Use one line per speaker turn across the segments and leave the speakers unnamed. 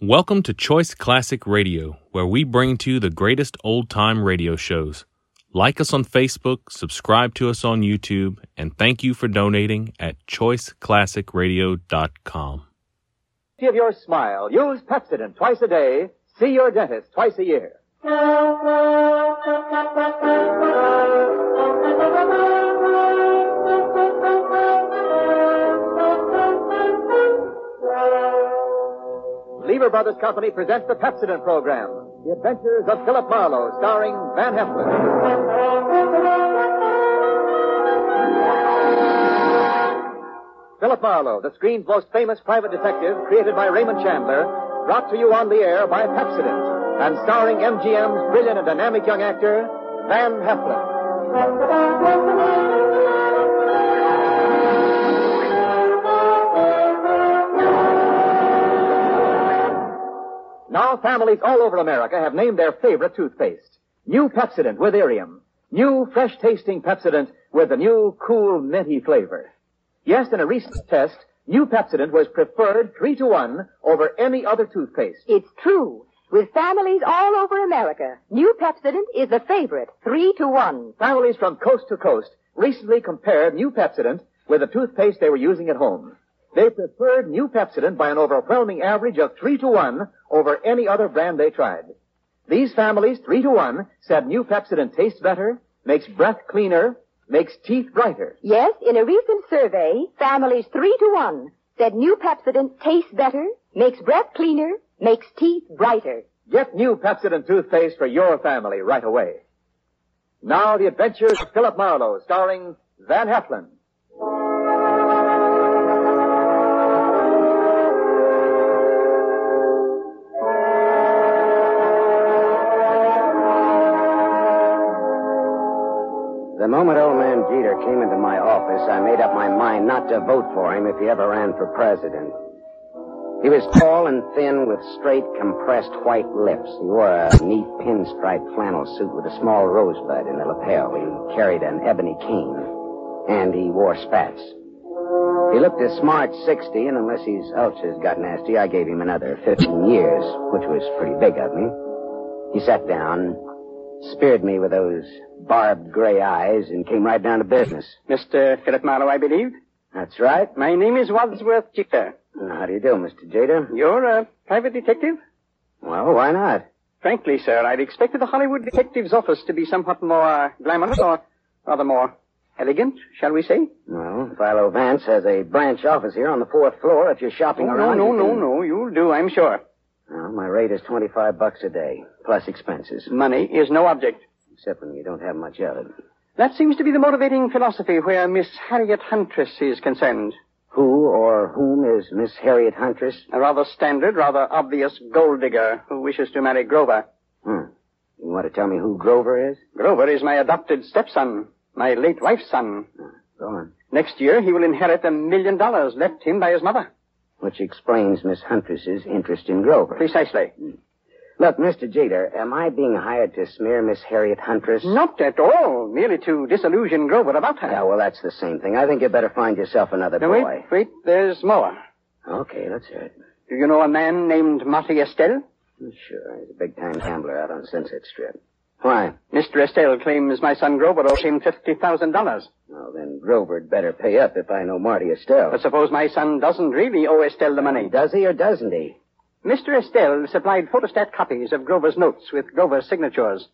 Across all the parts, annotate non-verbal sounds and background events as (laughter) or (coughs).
Welcome to Choice Classic Radio, where we bring to you the greatest old time radio shows. Like us on Facebook, subscribe to us on YouTube, and thank you for donating at choiceclassicradio.com.
Give your smile. Use Pepsodent twice a day. See your dentist twice a year. Lever Brothers Company presents the Pepsodent program, The Adventures of Philip Marlowe, starring Van Heflin. Philip Marlowe, the screen's most famous private detective, created by Raymond Chandler, brought to you on the air by Pepsodent, and starring MGM's brilliant and dynamic young actor, Van Heflin. Now families all over America have named their favorite toothpaste. New Pepsodent with Irium. New fresh tasting Pepsodent with the new cool minty flavor. Yes, in a recent test, new Pepsodent was preferred three to one over any other toothpaste.
It's true. With families all over America, new Pepsodent is the favorite, three to one.
Families from coast to coast recently compared new Pepsodent with the toothpaste they were using at home. They preferred new Pepsodent by an overwhelming average of three to one over any other brand they tried. These families, three to one, said new Pepsodent tastes better, makes breath cleaner, makes teeth brighter.
Yes, in a recent survey, families three to one said new Pepsodent tastes better, makes breath cleaner, makes teeth brighter.
Get new Pepsodent toothpaste for your family right away. Now the adventures of Philip Marlowe, starring Van Heflin.
The moment old man Jeter came into my office, I made up my mind not to vote for him if he ever ran for president. He was tall and thin with straight, compressed white lips. He wore a neat pinstripe flannel suit with a small rosebud in the lapel. He carried an ebony cane, and he wore spats. He looked a smart 60, and unless his ulcers got nasty, I gave him another 15 years, which was pretty big of me. He sat down, speared me with those barbed gray eyes, and came right down to business.
Mr. Philip Marlowe, I believe.
That's right.
My name is Wadsworth Jeter.
How do you do, Mr. Jeter?
You're a uh, private detective?
Well, why not?
Frankly, sir, I'd expected the Hollywood detective's office to be somewhat more uh, glamorous or rather more elegant, shall we say?
Well, Philo Vance has a branch office here on the fourth floor. If you're shopping
Oh, no,
around,
no,
you
no,
can-
no. You'll do, I'm sure.
Well, my rate is twenty-five bucks a day plus expenses,
Money is no object.
except when you don't have much of it.
That seems to be the motivating philosophy where Miss Harriet Huntress is concerned.
Who or whom is Miss Harriet Huntress?
A rather standard, rather obvious gold digger who wishes to marry Grover.
Hmm. You want to tell me who Grover is?
Grover is my adopted stepson, my late wife's son.
Go on.
Next year, he will inherit a million dollars left him by his mother.
Which explains Miss Huntress's interest in Grover.
Precisely.
Look, Mr. Jeter, am I being hired to smear Miss Harriet Huntress?
Not at all, merely to disillusion Grover Oh, about her.
Yeah, well, that's the same thing. I think you better find yourself another
No,
boy.
wait, wait, there's more.
Okay, let's hear it.
Do you know a man named Marty Estelle?
Sure, he's a big-time gambler out on Sunset Strip. Why?
Mr. Estelle claims my son Grover owes him $50,000.
Well, then Grover'd better pay up if I know Marty Estelle.
But suppose my son doesn't really owe Estelle the money.
Does he or doesn't he?
Mr. Estelle supplied photostat copies of Grover's notes with Grover's signatures.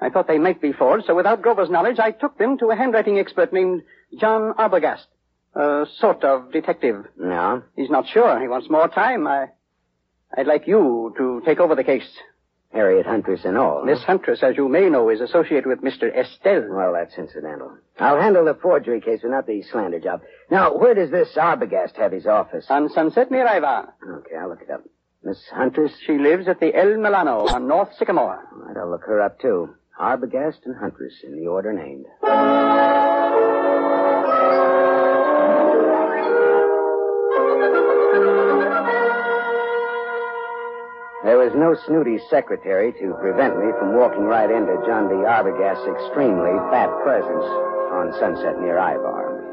I thought they might be forged, so without Grover's knowledge, I took them to a handwriting expert named John Arbogast, a sort of detective.
No.
He's not sure. He wants more time. I, I'd like you to take over the case.
Harriet Huntress and all.
Miss Huntress, as you may know, is associated with Mr. Estelle.
Well, that's incidental. I'll handle the forgery case, but not the slander job. Now, where does this Arbogast have his office?
On Sunset near Iva.
Okay, I'll look it up. Miss Huntress?
She lives at the El Milano on North Sycamore.
All right, I'll look her up, too. Arbogast and Huntress, in the order named. There was no snooty secretary to prevent me from walking right into John B. Arbogast's extremely fat presence on Sunset near Ivar.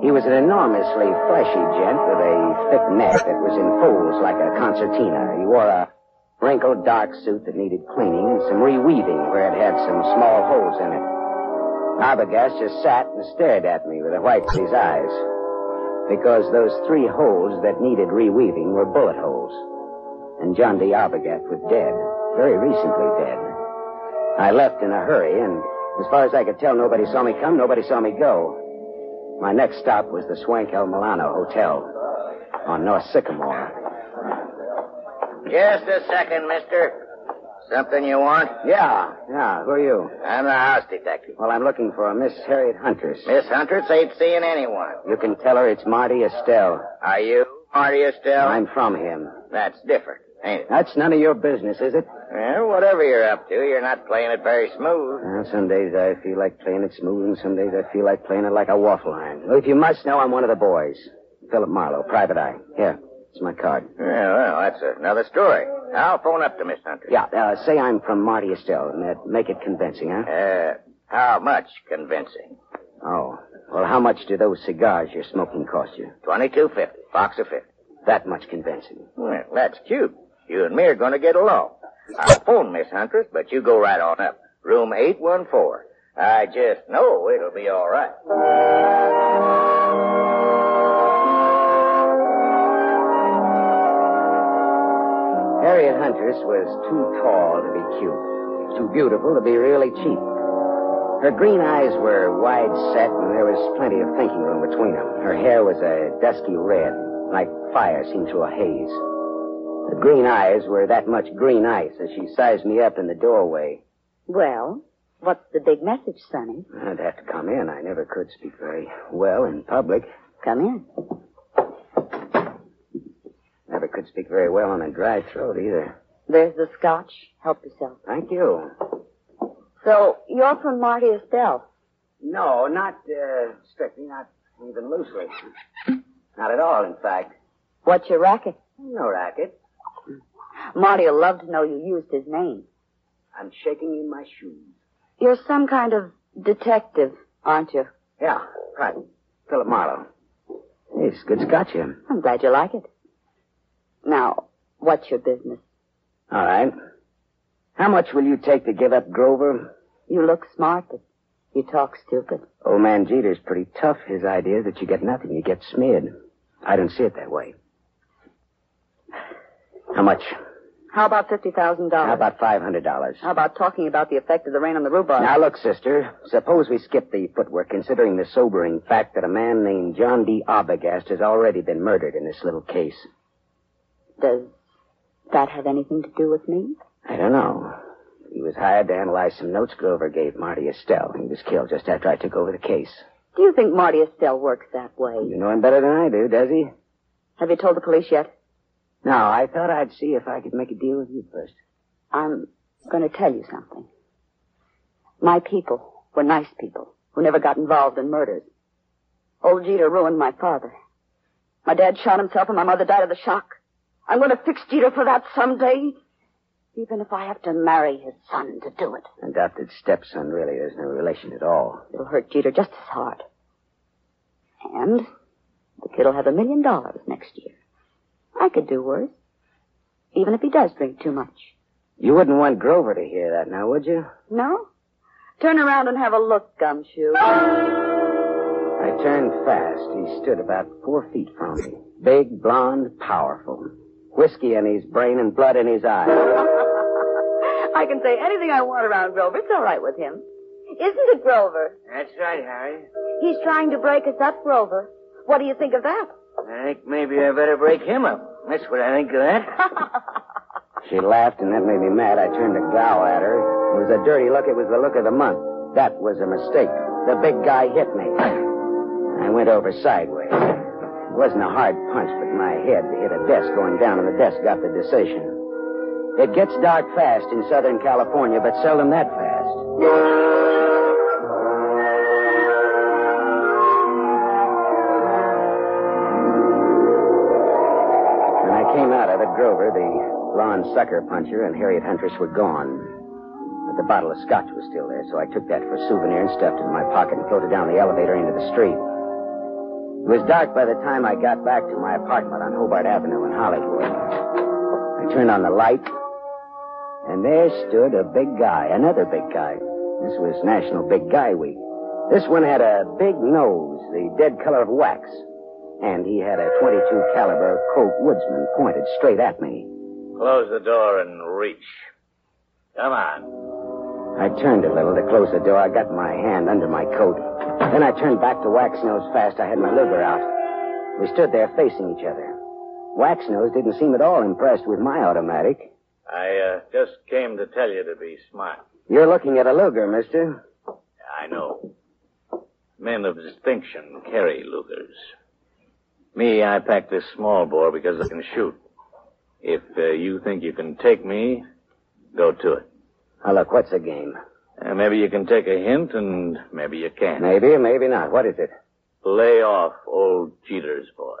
He was an enormously fleshy gent with a thick neck that was in folds like a concertina. He wore a wrinkled dark suit that needed cleaning and some reweaving where it had some small holes in it. Arbogast just sat and stared at me with the whites of his eyes. Because those three holes that needed reweaving were bullet holes. And John D. Arbogast was dead. Very recently dead. I left in a hurry, and as far as I could tell, nobody saw me come, nobody saw me go. My next stop was the Swank El Milano Hotel on North Sycamore.
Just a second, mister. Something you want?
Yeah, yeah. Who are you?
I'm the house detective.
Well, I'm looking for a Miss Harriet Huntress.
Miss Huntress ain't seeing anyone.
You can tell her it's Marty Estelle.
Are you Marty Estelle?
I'm from him.
That's different, ain't it?
That's none of your business, is it?
Well, whatever you're up to, you're not playing it very smooth.
Well, some days I feel like playing it smooth, and some days I feel like playing it like a waffle iron. Well, if you must know, I'm one of the boys. Philip Marlowe, private eye. Here, it's my card.
Yeah, well, that's another story. I'll phone up to Miss Huntress.
Yeah, uh, say I'm from Marty Estelle, and that make it convincing, huh?
Uh, how much convincing?
Oh. Well, how much do those cigars you're smoking cost you?
Twenty-two fifty, box of fifty.
That much convincing.
Well, that's cute. You and me are going to get along. I'll phone Miss Huntress, but you go right on up. Room 814. I just know it'll be all right.
Harriet Huntress was too tall to be cute, too beautiful to be really cheap. Her green eyes were wide set, and there was plenty of thinking room between them. Her hair was a dusky red, like fire seen through a haze. The green eyes were that much green ice as she sized me up in the doorway.
Well, what's the big message, Sonny?
I'd have to come in. I never could speak very well in public.
Come in.
Never could speak very well on a dry throat either.
There's the scotch. Help yourself.
Thank you.
So, you're from Marty Estelle.
No, not uh, strictly, not even loosely. Not at all, in fact.
What's your racket?
No racket.
Marty'll love to know you used his name.
I'm shaking in my shoes.
You're some kind of detective, aren't you?
Yeah, right. Philip Marlowe. Hey, it's good scotch, Jim.
I'm glad you like it. Now, what's your business?
All right. How much will you take to give up Grover?
You look smart, but you talk stupid.
Old man Jeter's pretty tough. His idea that you get nothing, you get smeared. I don't see it that way. How much?
How about fifty thousand
How
dollars?
about five hundred dollars?
How about talking about the effect of the rain on the rhubarb?
Now look, sister. Suppose we skip the footwork, considering the sobering fact that a man named John D. Arbogast has already been murdered in this little case.
Does that have anything to do with me?
I don't know. He was hired to analyze some notes Grover gave Marty Estelle. He was killed just after I took over the case.
Do you think Marty Estelle works that way?
You know him better than I do, does he?
Have you told the police yet?
No, I thought I'd see if I could make a deal with you first.
I'm going to tell you something. My people were nice people who never got involved in murders. Old Jeter ruined my father. My dad shot himself and my mother died of the shock. I'm going to fix Jeter for that someday, even if I have to marry his son to do it.
Adopted stepson, really. There's no relation at all.
It'll hurt Jeter just as hard. And the kid'll have a million dollars next year. I could do worse, even if he does drink too much.
You wouldn't want Grover to hear that now, would you?
No? Turn around and have a look, Gumshoe.
I turned fast. He stood about four feet from me. Big, blond, powerful. Whiskey in his brain and blood in his eyes.
I can say anything I want around Grover. It's all right with him. Isn't it, Grover?
That's right, Harry.
He's trying to break us up, Grover. What do you think of that?
I think maybe I better break him up. That's what I think of that.
(laughs) She laughed, and that made me mad. I turned to growl at her. It was a dirty look. It was the look of the month. That was a mistake. The big guy hit me. I went over sideways. It wasn't a hard punch, but my head hit a desk going down, and the desk got the decision. It gets dark fast in Southern California, but seldom that fast. When I came out of it, Grover, the blonde sucker puncher, and Harriet Huntress were gone. But the bottle of scotch was still there, so I took that for a souvenir and stuffed it in my pocket and floated down the elevator into the street. It was dark by the time I got back to my apartment on Hobart Avenue in Hollywood. I turned on the light, and there stood a big guy, another big guy. This was National Big Guy Week. This one had a big nose, the dead color of wax, and he had a 22 caliber Colt Woodsman pointed straight at me.
Close the door and reach. Come on.
I turned a little to close the door. I got my hand under my coat. Then I turned back to Wax Nose fast. I had my Luger out. We stood there facing each other. Wax Nose didn't seem at all impressed with my automatic.
I uh, just came to tell you to be smart.
You're looking at a Luger, mister.
I know. Men of distinction carry Lugers. Me, I pack this small bore because I can shoot. If uh, you think you can take me, go to it.
Now look, what's the game?
Uh, maybe you can take a hint, and maybe you can't.
Maybe, maybe not. What is it?
Lay off old Cheater's boy.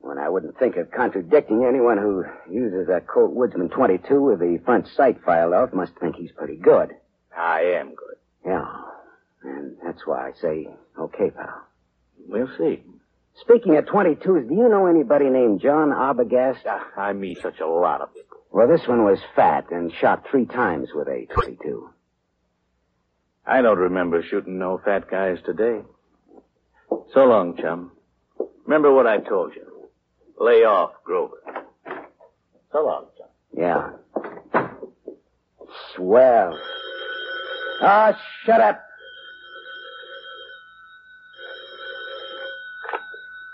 When I wouldn't think of contradicting anyone who uses a Colt Woodsman 22 with the front sight filed off must think he's pretty good.
I am good.
Yeah. And that's why I say, okay, pal.
We'll see.
Speaking of 22s, do you know anybody named John Arbogast?
Ah, I meet such a lot of people.
Well, this one was fat and shot three times with a 22.
I don't remember shooting no fat guys today. So long, chum. Remember what I told you. Lay off, Grover. So long, chum.
Yeah. Swell. Ah, shut up.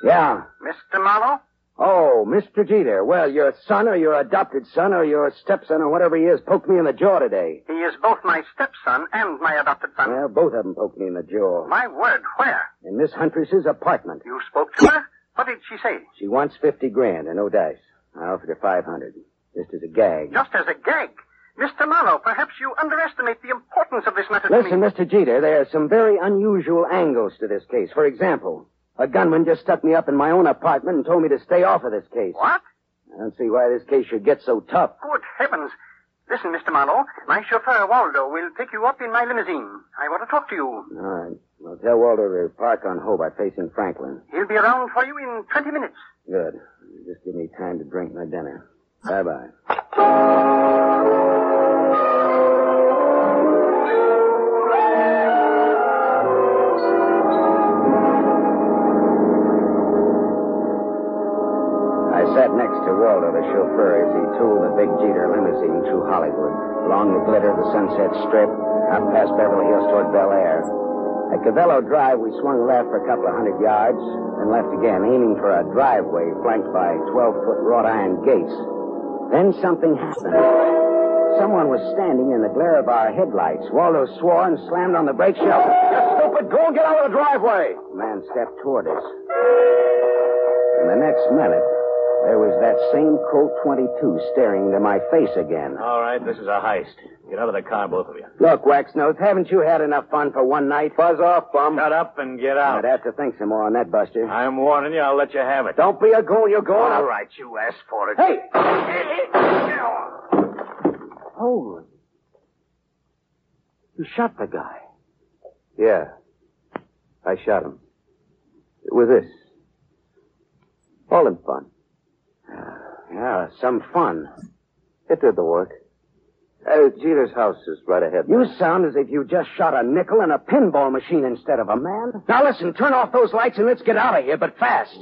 Yeah.
Mr. Marlowe?
Oh, Mr. Jeter. Well, your son or your adopted son or your stepson or whatever he is poked me in the jaw today.
He is both my stepson and my adopted son.
Well, both of them poked me in the jaw.
My word, where?
In Miss Huntress's apartment.
You spoke to her? What did she say?
She wants 50 grand and no dice. I offered her 500. Just as a gag.
Just as a gag. Mr. Marlowe, perhaps you underestimate the importance of this matter to me.
Listen, Mr. Jeter, there are some very unusual angles to this case. For example, a gunman just stuck me up in my own apartment and told me to stay off of this case.
What?
I don't see why this case should get so tough.
Good heavens. Listen, Mr. Marlowe, my chauffeur, Waldo, will pick you up in my limousine. I want to talk to you.
All right. Well, tell Walter to park on Hobart facing Franklin.
He'll be around for you in 20 minutes.
Good. Just give me time to drink my dinner. Bye-bye. I sat next to Waldo, the chauffeur, as he tooled the big Jeter limousine through Hollywood, along the glitter of the Sunset Strip, out past Beverly Hills toward Bel Air. At Cavello Drive, we swung left for a couple of hundred yards, then left again, aiming for a driveway flanked by 12-foot wrought iron gates. Then something happened. Someone was standing in the glare of our headlights. Waldo swore and slammed on the brake shell. You stupid go get out of the driveway! The man stepped toward us. And the next minute, there was that same Colt 22 staring into my face again.
All right, this is a heist. Get out of the car, both of you.
Look, Waxnose, haven't you had enough fun for one night? Buzz off, bum.
Shut up and get
I'd
out.
have to think some more on that, Buster.
I'm warning you, I'll let you have it.
Don't be a goon, you're going.
All right, you asked for it.
Hey!
Holy. You shot the guy.
Yeah. I shot him. With this. All in fun. Yeah, some fun. It did the work. Uh, Jeter's house is right ahead. You sound as if you just shot a nickel in a pinball machine instead of a man. Now listen, turn off those lights and let's get out of here, but fast.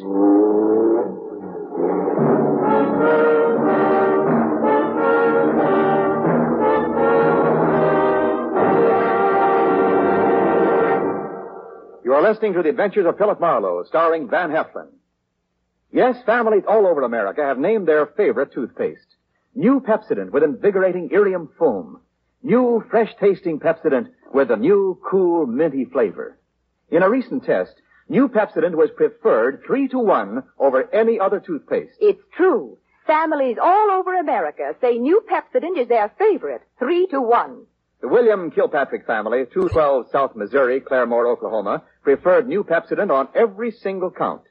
You are listening to the adventures of Philip Marlowe, starring Van Heflin. Yes, families all over America have named their favorite toothpaste. New Pepsodent with invigorating iridium foam. New fresh tasting Pepsodent with a new cool minty flavor. In a recent test, new Pepsodent was preferred three to one over any other toothpaste.
It's true. Families all over America say new Pepsodent is their favorite, three to one.
The William Kilpatrick family, 212 South Missouri, Claremore, Oklahoma, preferred new Pepsodent on every single count.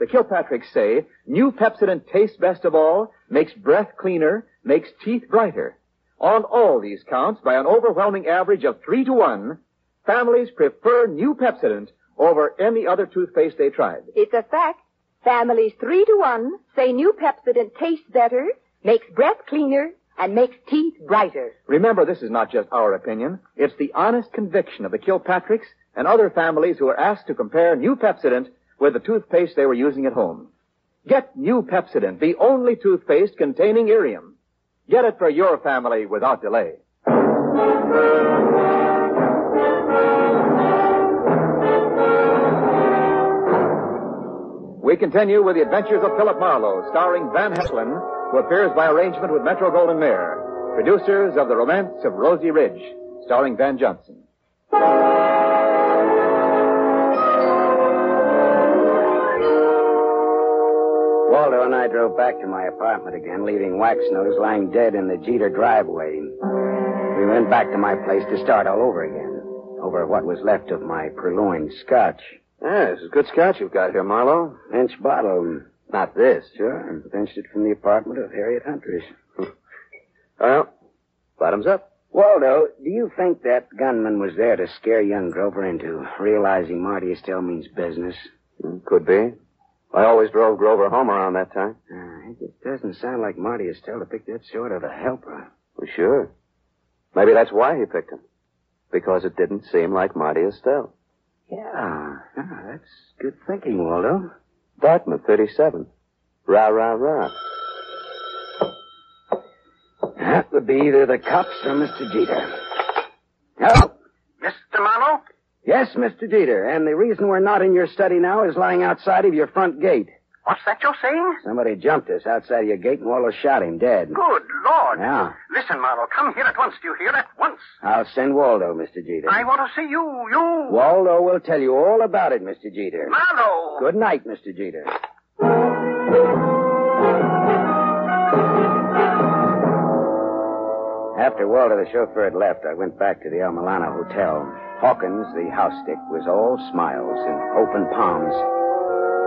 The Kilpatricks say new Pepsodent tastes best of all, makes breath cleaner, makes teeth brighter. On all these counts, by an overwhelming average of three to one, families prefer new Pepsodent over any other toothpaste they tried.
It's a fact. Families three to one say new Pepsodent tastes better, makes breath cleaner, and makes teeth brighter.
Remember, this is not just our opinion. It's the honest conviction of the Kilpatricks and other families who were asked to compare new Pepsodent with the toothpaste they were using at home. Get new Pepsodent, the only toothpaste containing irium. Get it for your family without delay. We continue with the adventures of Philip Marlowe, starring Van Heflin, who appears by arrangement with Metro Goldwyn Mayer, producers of The Romance of Rosie Ridge, starring Van Johnson.
Waldo and I drove back to my apartment again, leaving Wax Nose lying dead in the Jeter driveway. We went back to my place to start all over again, over what was left of my purloined scotch.
Yeah, this is good scotch you've got here, Marlowe.
Inch bottle,
Not this.
sure. Pinched it from the apartment of Harriet Huntress.
(laughs) Well, bottoms up.
Waldo, do you think that gunman was there to scare young Grover into realizing Marty still means business?
Hmm, Could be. I always drove Grover home around that time.
Uh, it just doesn't sound like Marty is still to pick that sort of a helper.
Well, sure. Maybe that's why he picked him. Because it didn't seem like Marty Estelle.
Yeah, yeah, that's good thinking, Waldo.
Dartmouth, 37. Rah, rah, rah.
That would be either the cops or Mr. Jeter. Hello?
Mr. Marlowe?
Yes, Mr. Jeter, and the reason we're not in your study now is lying outside of your front gate.
What's that you're saying?
Somebody jumped us outside of your gate and Waldo shot him dead.
Good Lord.
Yeah.
Listen, Marlowe, come here at once. Do you hear? At once.
I'll send Waldo, Mr. Jeter.
I want to see you. You.
Waldo will tell you all about it, Mr. Jeter.
Marlowe.
Good night, Mr. Jeter. After Walter, the chauffeur, had left, I went back to the El Milano Hotel. Hawkins, the house stick, was all smiles and open palms.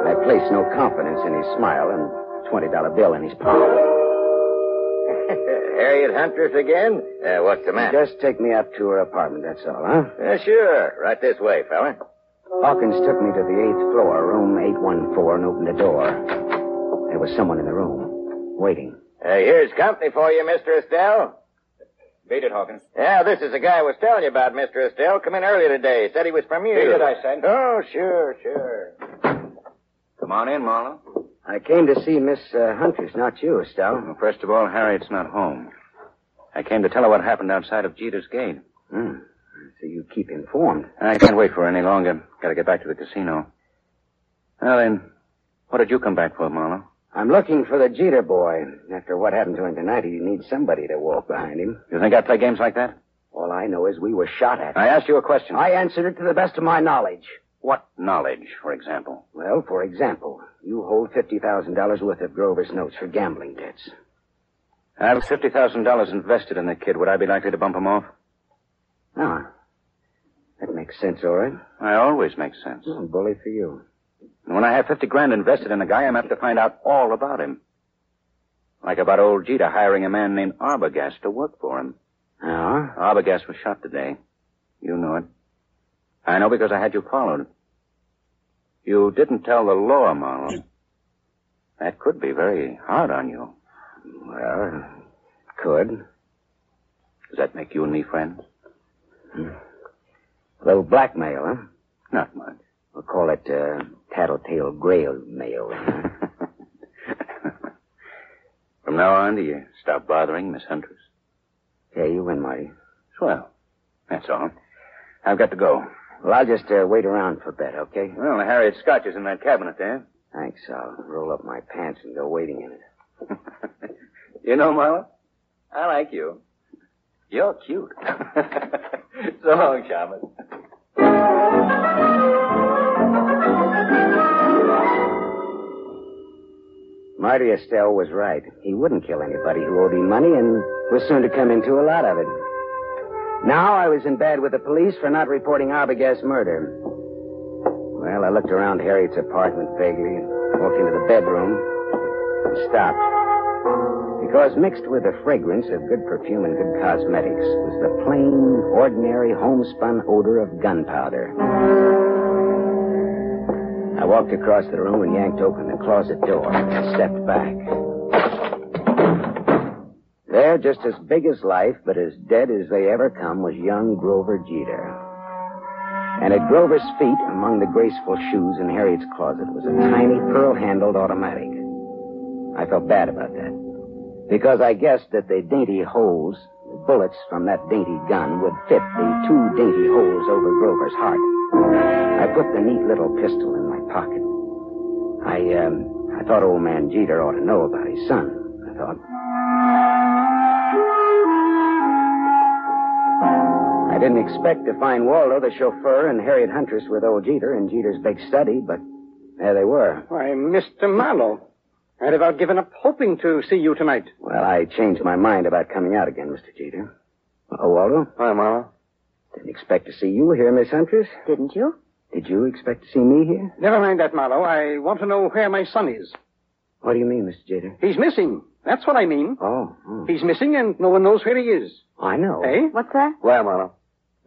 I placed no confidence in his smile and $20 bill in his palm.
Uh, Harriet Huntress again? Uh, what's the
Just take me up to her apartment, that's all, huh?
Yeah, sure. Right this way, fella.
Hawkins took me to the eighth floor, room 814, and opened the door. There was someone in the room, waiting.
Hey, Uh, here's company for you, Mr. Estelle.
Beat it, Hawkins.
Yeah, this is the guy I was telling you about, Mr. Estelle. Come in earlier today. Said he was from you.
Beat it, I said.
Oh, sure, sure. Come on in, Marlowe.
I came to see Miss uh, Huntress, not you, Estelle.
First of all, Harriet's not home. I came to tell her what happened outside of Jeter's gate.
Hmm. So you keep informed.
I can't wait for her any longer. Gotta get back to the casino. Now then, what did you come back for, Marlowe?
I'm looking for the Jeter boy. After what happened to him tonight, he needs somebody to walk behind him.
You think I play games like that?
All I know is we were shot at.
I asked you a question.
I answered it to the best of my knowledge.
What knowledge, for example?
Well, for example, you hold $50,000 worth of Grover's notes for gambling debts.
I have $50,000 invested in the kid. Would I be likely to bump him off?
Ah. That makes sense, all right.
I always make sense.
Well, bully for you.
And when I have 50 grand invested in a guy, I'm apt to find out all about him. Like about old Jeter hiring a man named Arbogast to work for him.
Ah,
Arbogast was shot today. You know it. I know because I had you followed. You didn't tell the law, Marlowe. That could be very hard on you.
well, could.
Does that make you and me friends?
Hmm. A little blackmail, huh?
Not much.
We'll call it, uh, tattletale grail mail.
(laughs) From now on, do you stop bothering Miss Huntress?
yeah, you win, Marty.
Swell. That's all. I've got to go.
Well, I'll just, uh, wait around for bed, okay?
Well, Harriet Scotch is in that cabinet there.
Thanks, I'll roll up my pants and go waiting in it.
(laughs) you know, Marla, I like you. You're cute. (laughs) so long, Shaman.
Marty Estelle was right. He wouldn't kill anybody who owed him money and was soon to come into a lot of it. Now I was in bad with the police for not reporting Arbogast's murder. Well, I looked around Harriet's apartment vaguely and walked into the bedroom and stopped. Because mixed with the fragrance of good perfume and good cosmetics was the plain, ordinary, homespun odor of gunpowder. I walked across the room and yanked open the closet door. I stepped back. There, just as big as life, but as dead as they ever come, was young Grover Jeter. And at Grover's feet, among the graceful shoes in Harriet's closet, was a tiny pearl-handled automatic. I felt bad about that. Because I guessed that the dainty holes, the bullets from that dainty gun, would fit the two dainty holes over Grover's heart. I put the neat little pistol in my pocket. I, um, I thought old man Jeter ought to know about his son, I thought. I didn't expect to find Waldo, the chauffeur, and Harriet Huntress with old Jeter in Jeter's big study, but there they were.
Why, Mr. Marlowe, I'd about given up hoping to see you tonight.
Well, I changed my mind about coming out again, Mr. Jeter. Oh, Waldo,
Hi, Marlowe.
didn't expect to see you here, Miss Huntress.
Didn't you?
Did you expect to see me here?
Never mind that, Marlowe. I want to know where my son is.
What do you mean, Mr. Jeter?
He's missing. That's what I mean.
Oh, hmm.
He's missing, and no one knows where he is.
I know.
Eh?
What's that?
Well, Marlowe.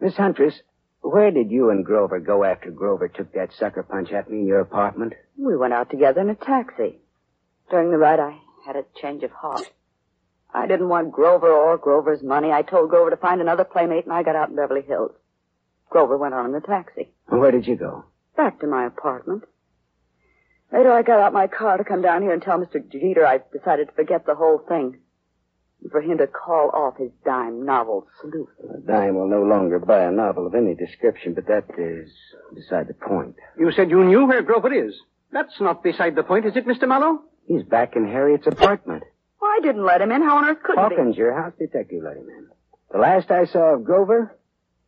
Miss Huntress, where did you and Grover go after Grover took that sucker punch at me in your apartment?
We went out together in a taxi. During the ride, I had a change of heart. I didn't want Grover or Grover's money. I told Grover to find another playmate, and I got out in Beverly Hills. Grover went on in the taxi.
Where did you go?
Back to my apartment. Later, I got out my car to come down here and tell Mr. Jeter I decided to forget the whole thing. And for him to call off his dime novel, Sleuth.
A dime will no longer buy a novel of any description, but that is beside the point.
You said you knew where Grover is. That's not beside the point, is it, Mr. Marlowe?
He's back in Harriet's apartment.
Well, I didn't let him in. How on earth could he?
Hawkins, your house detective, let him in. The last I saw of Grover,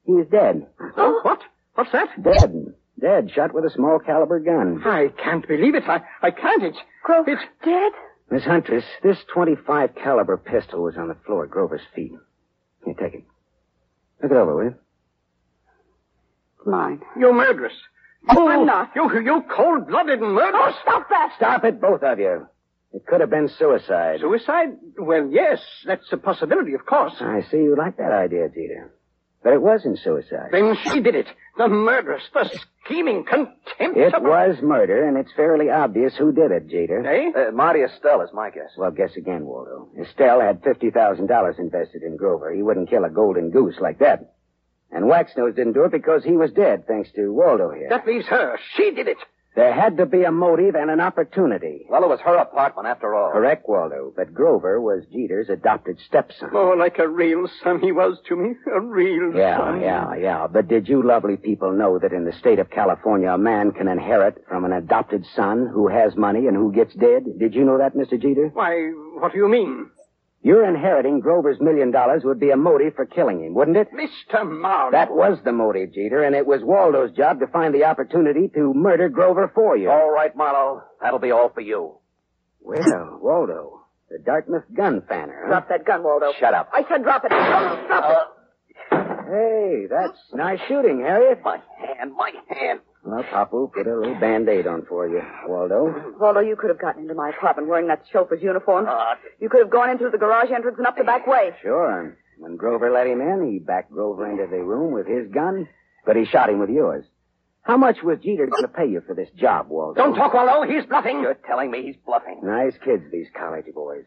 he is dead.
Oh, what? What's that?
Dead. Dead, shot with a small caliber gun.
I can't believe it. I, I can't. It's,
Grover
it's
dead?
Miss Huntress, this 25 caliber pistol was on the floor at Grover's feet. Here, take it. Look it over, will you?
Mine.
You're murderous.
Oh, I'm not. Oh,
You, you cold-blooded and murderous.
Stop that!
Stop it, both of you. It could have been suicide.
Suicide? Well, yes, that's a possibility, of course.
I see you like that idea, Jeter. But it wasn't suicide.
Then she did it. The murderess, the scheming, contemptible.
It was murder, and it's fairly obvious who did it, Jeter.
Eh?
Uh, Marty Estelle is my guess.
Well, guess again, Waldo. Estelle had $50,000 invested in Grover. He wouldn't kill a golden goose like that. And Waxnose didn't do it because he was dead, thanks to Waldo here.
That leaves her. She did it.
There had to be a motive and an opportunity.
Well, it was her apartment after all.
Correct, Waldo, but Grover was Jeter's adopted stepson.
Oh, like a real son he was to me. A real
Yeah,
son.
yeah, yeah. But did you lovely people know that in the state of California, a man can inherit from an adopted son who has money and who gets dead? Did you know that, Mr. Jeter?
Why, what do you mean?
Your inheriting Grover's million dollars would be a motive for killing him, wouldn't it?
Mr. Marlowe.
That was the motive, Jeter, and it was Waldo's job to find the opportunity to murder Grover for you.
All right, Marlowe. That'll be all for you.
Well, (coughs) Waldo, the Dartmouth gun fanner. Huh?
Drop that gun, Waldo.
Shut up.
I said drop it. Oh, stop it.
Hey, that's nice shooting, Harriet.
My hand, my hand.
Well, Papu put a little band-aid on for you, Waldo.
Waldo, you could have gotten into my apartment wearing that chauffeur's uniform. you could have gone in through the garage entrance and up the back way.
Sure. When Grover let him in, he backed Grover into the room with his gun, but he shot him with yours. How much was Jeter going to pay you for this job, Waldo?
Don't talk, Waldo. He's bluffing.
You're telling me he's bluffing.
Nice kids, these college boys.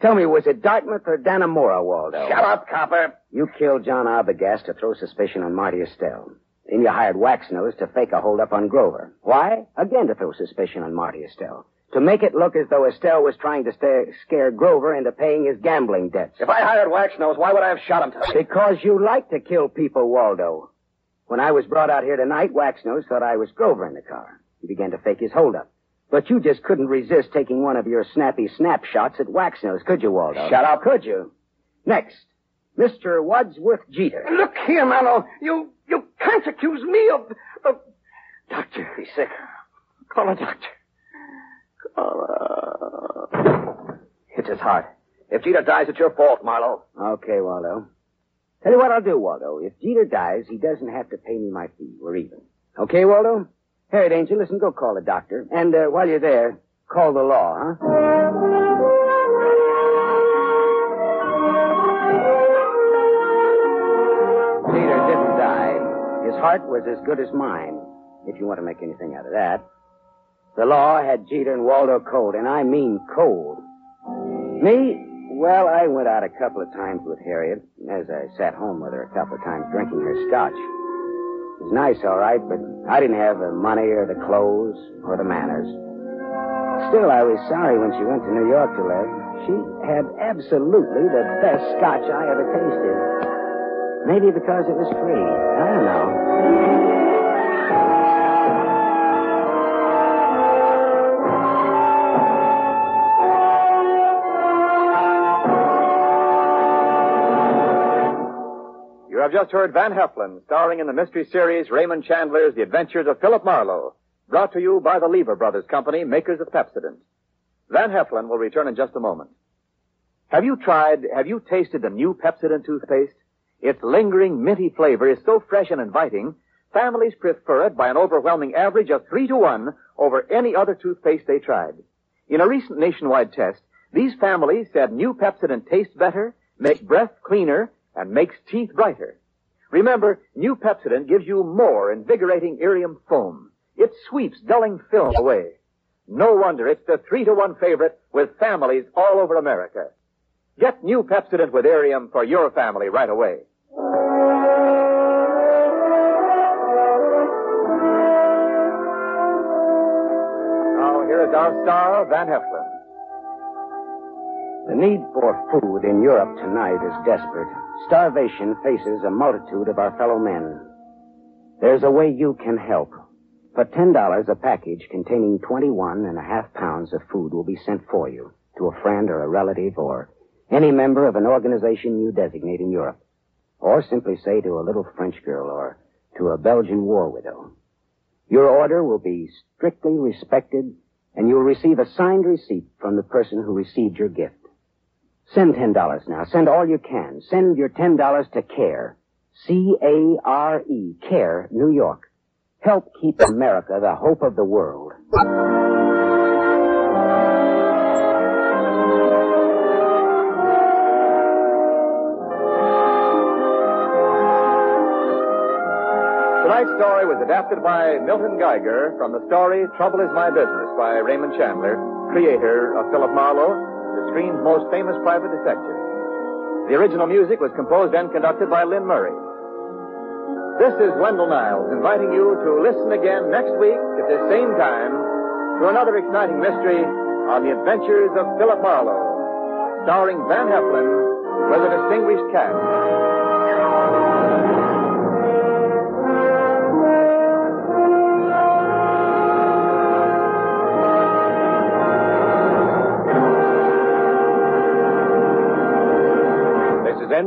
Tell me, was it Dartmouth or Dannemora, Waldo?
Shut up, copper.
You killed John Arbogast to throw suspicion on Marty Estelle. Then you hired Waxnose to fake a holdup on Grover. Why? Again to throw suspicion on Marty Estelle. To make it look as though Estelle was trying to stare, scare Grover into paying his gambling debts.
If I hired Waxnose, why would I have shot him? To...
Because you like to kill people, Waldo. When I was brought out here tonight, Waxnose thought I was Grover in the car. He began to fake his holdup. But you just couldn't resist taking one of your snappy snapshots at Waxnose, could you, Waldo?
Shut up.
Could you? Next, Mr. Wadsworth Jeter.
Look here, Marlowe. You, you can't accuse me of, of... Doctor.
He's sick.
Call a doctor. Call a...
It's his heart. If Jeter dies, it's your fault, Marlowe.
Okay, Waldo. Tell you what I'll do, Waldo. If Jeter dies, he doesn't have to pay me my fee. We're even. Okay, Waldo? Harriet Angel, listen, go call a doctor. And uh, while you're there, call the law, huh? Jeter didn't die. His heart was as good as mine, if you want to make anything out of that. The law had Jeter and Waldo cold, and I mean cold. Me? Well, I went out a couple of times with Harriet, as I sat home with her a couple of times drinking her scotch. It was nice, all right, but I didn't have the money or the clothes or the manners. Still, I was sorry when she went to New York to live. She had absolutely the best scotch I ever tasted. Maybe because it was free. I don't know.
You have just heard Van Heflin, starring in the mystery series Raymond Chandler's The Adventures of Philip Marlowe, brought to you by the Lever Brothers Company, makers of Pepsodent. Van Heflin will return in just a moment. Have you tried, have you tasted the new Pepsodent toothpaste? Its lingering minty flavor is so fresh and inviting, families prefer it by an overwhelming average of three to one over any other toothpaste they tried. In a recent nationwide test, these families said new Pepsodent tastes better, makes breath cleaner, and makes teeth brighter. Remember, new Pepsodent gives you more invigorating irium foam. It sweeps dulling film away. No wonder it's the three to one favorite with families all over America. Get new Pepsodent with irium for your family right away. Now here is our star, Van Heflin.
The need for food in Europe tonight is desperate. Starvation faces a multitude of our fellow men. There's a way you can help. For $10, a package containing 21 and a half pounds of food will be sent for you to a friend or a relative or any member of an organization you designate in Europe. Or simply say to a little French girl or to a Belgian war widow. Your order will be strictly respected and you'll receive a signed receipt from the person who received your gift. Send ten dollars now. Send all you can. Send your ten dollars to CARE. C-A-R-E. E, CARE, New York. Help keep America the hope of the world.
Tonight's story was adapted by Milton Geiger from the story Trouble Is My Business by Raymond Chandler, creator of Philip Marlowe, the screen's most famous private detective. The original music was composed and conducted by Lynn Murray. This is Wendell Niles inviting you to listen again next week at this same time to another exciting mystery on the adventures of Philip Marlowe, starring Van Heflin with a distinguished cast.
This is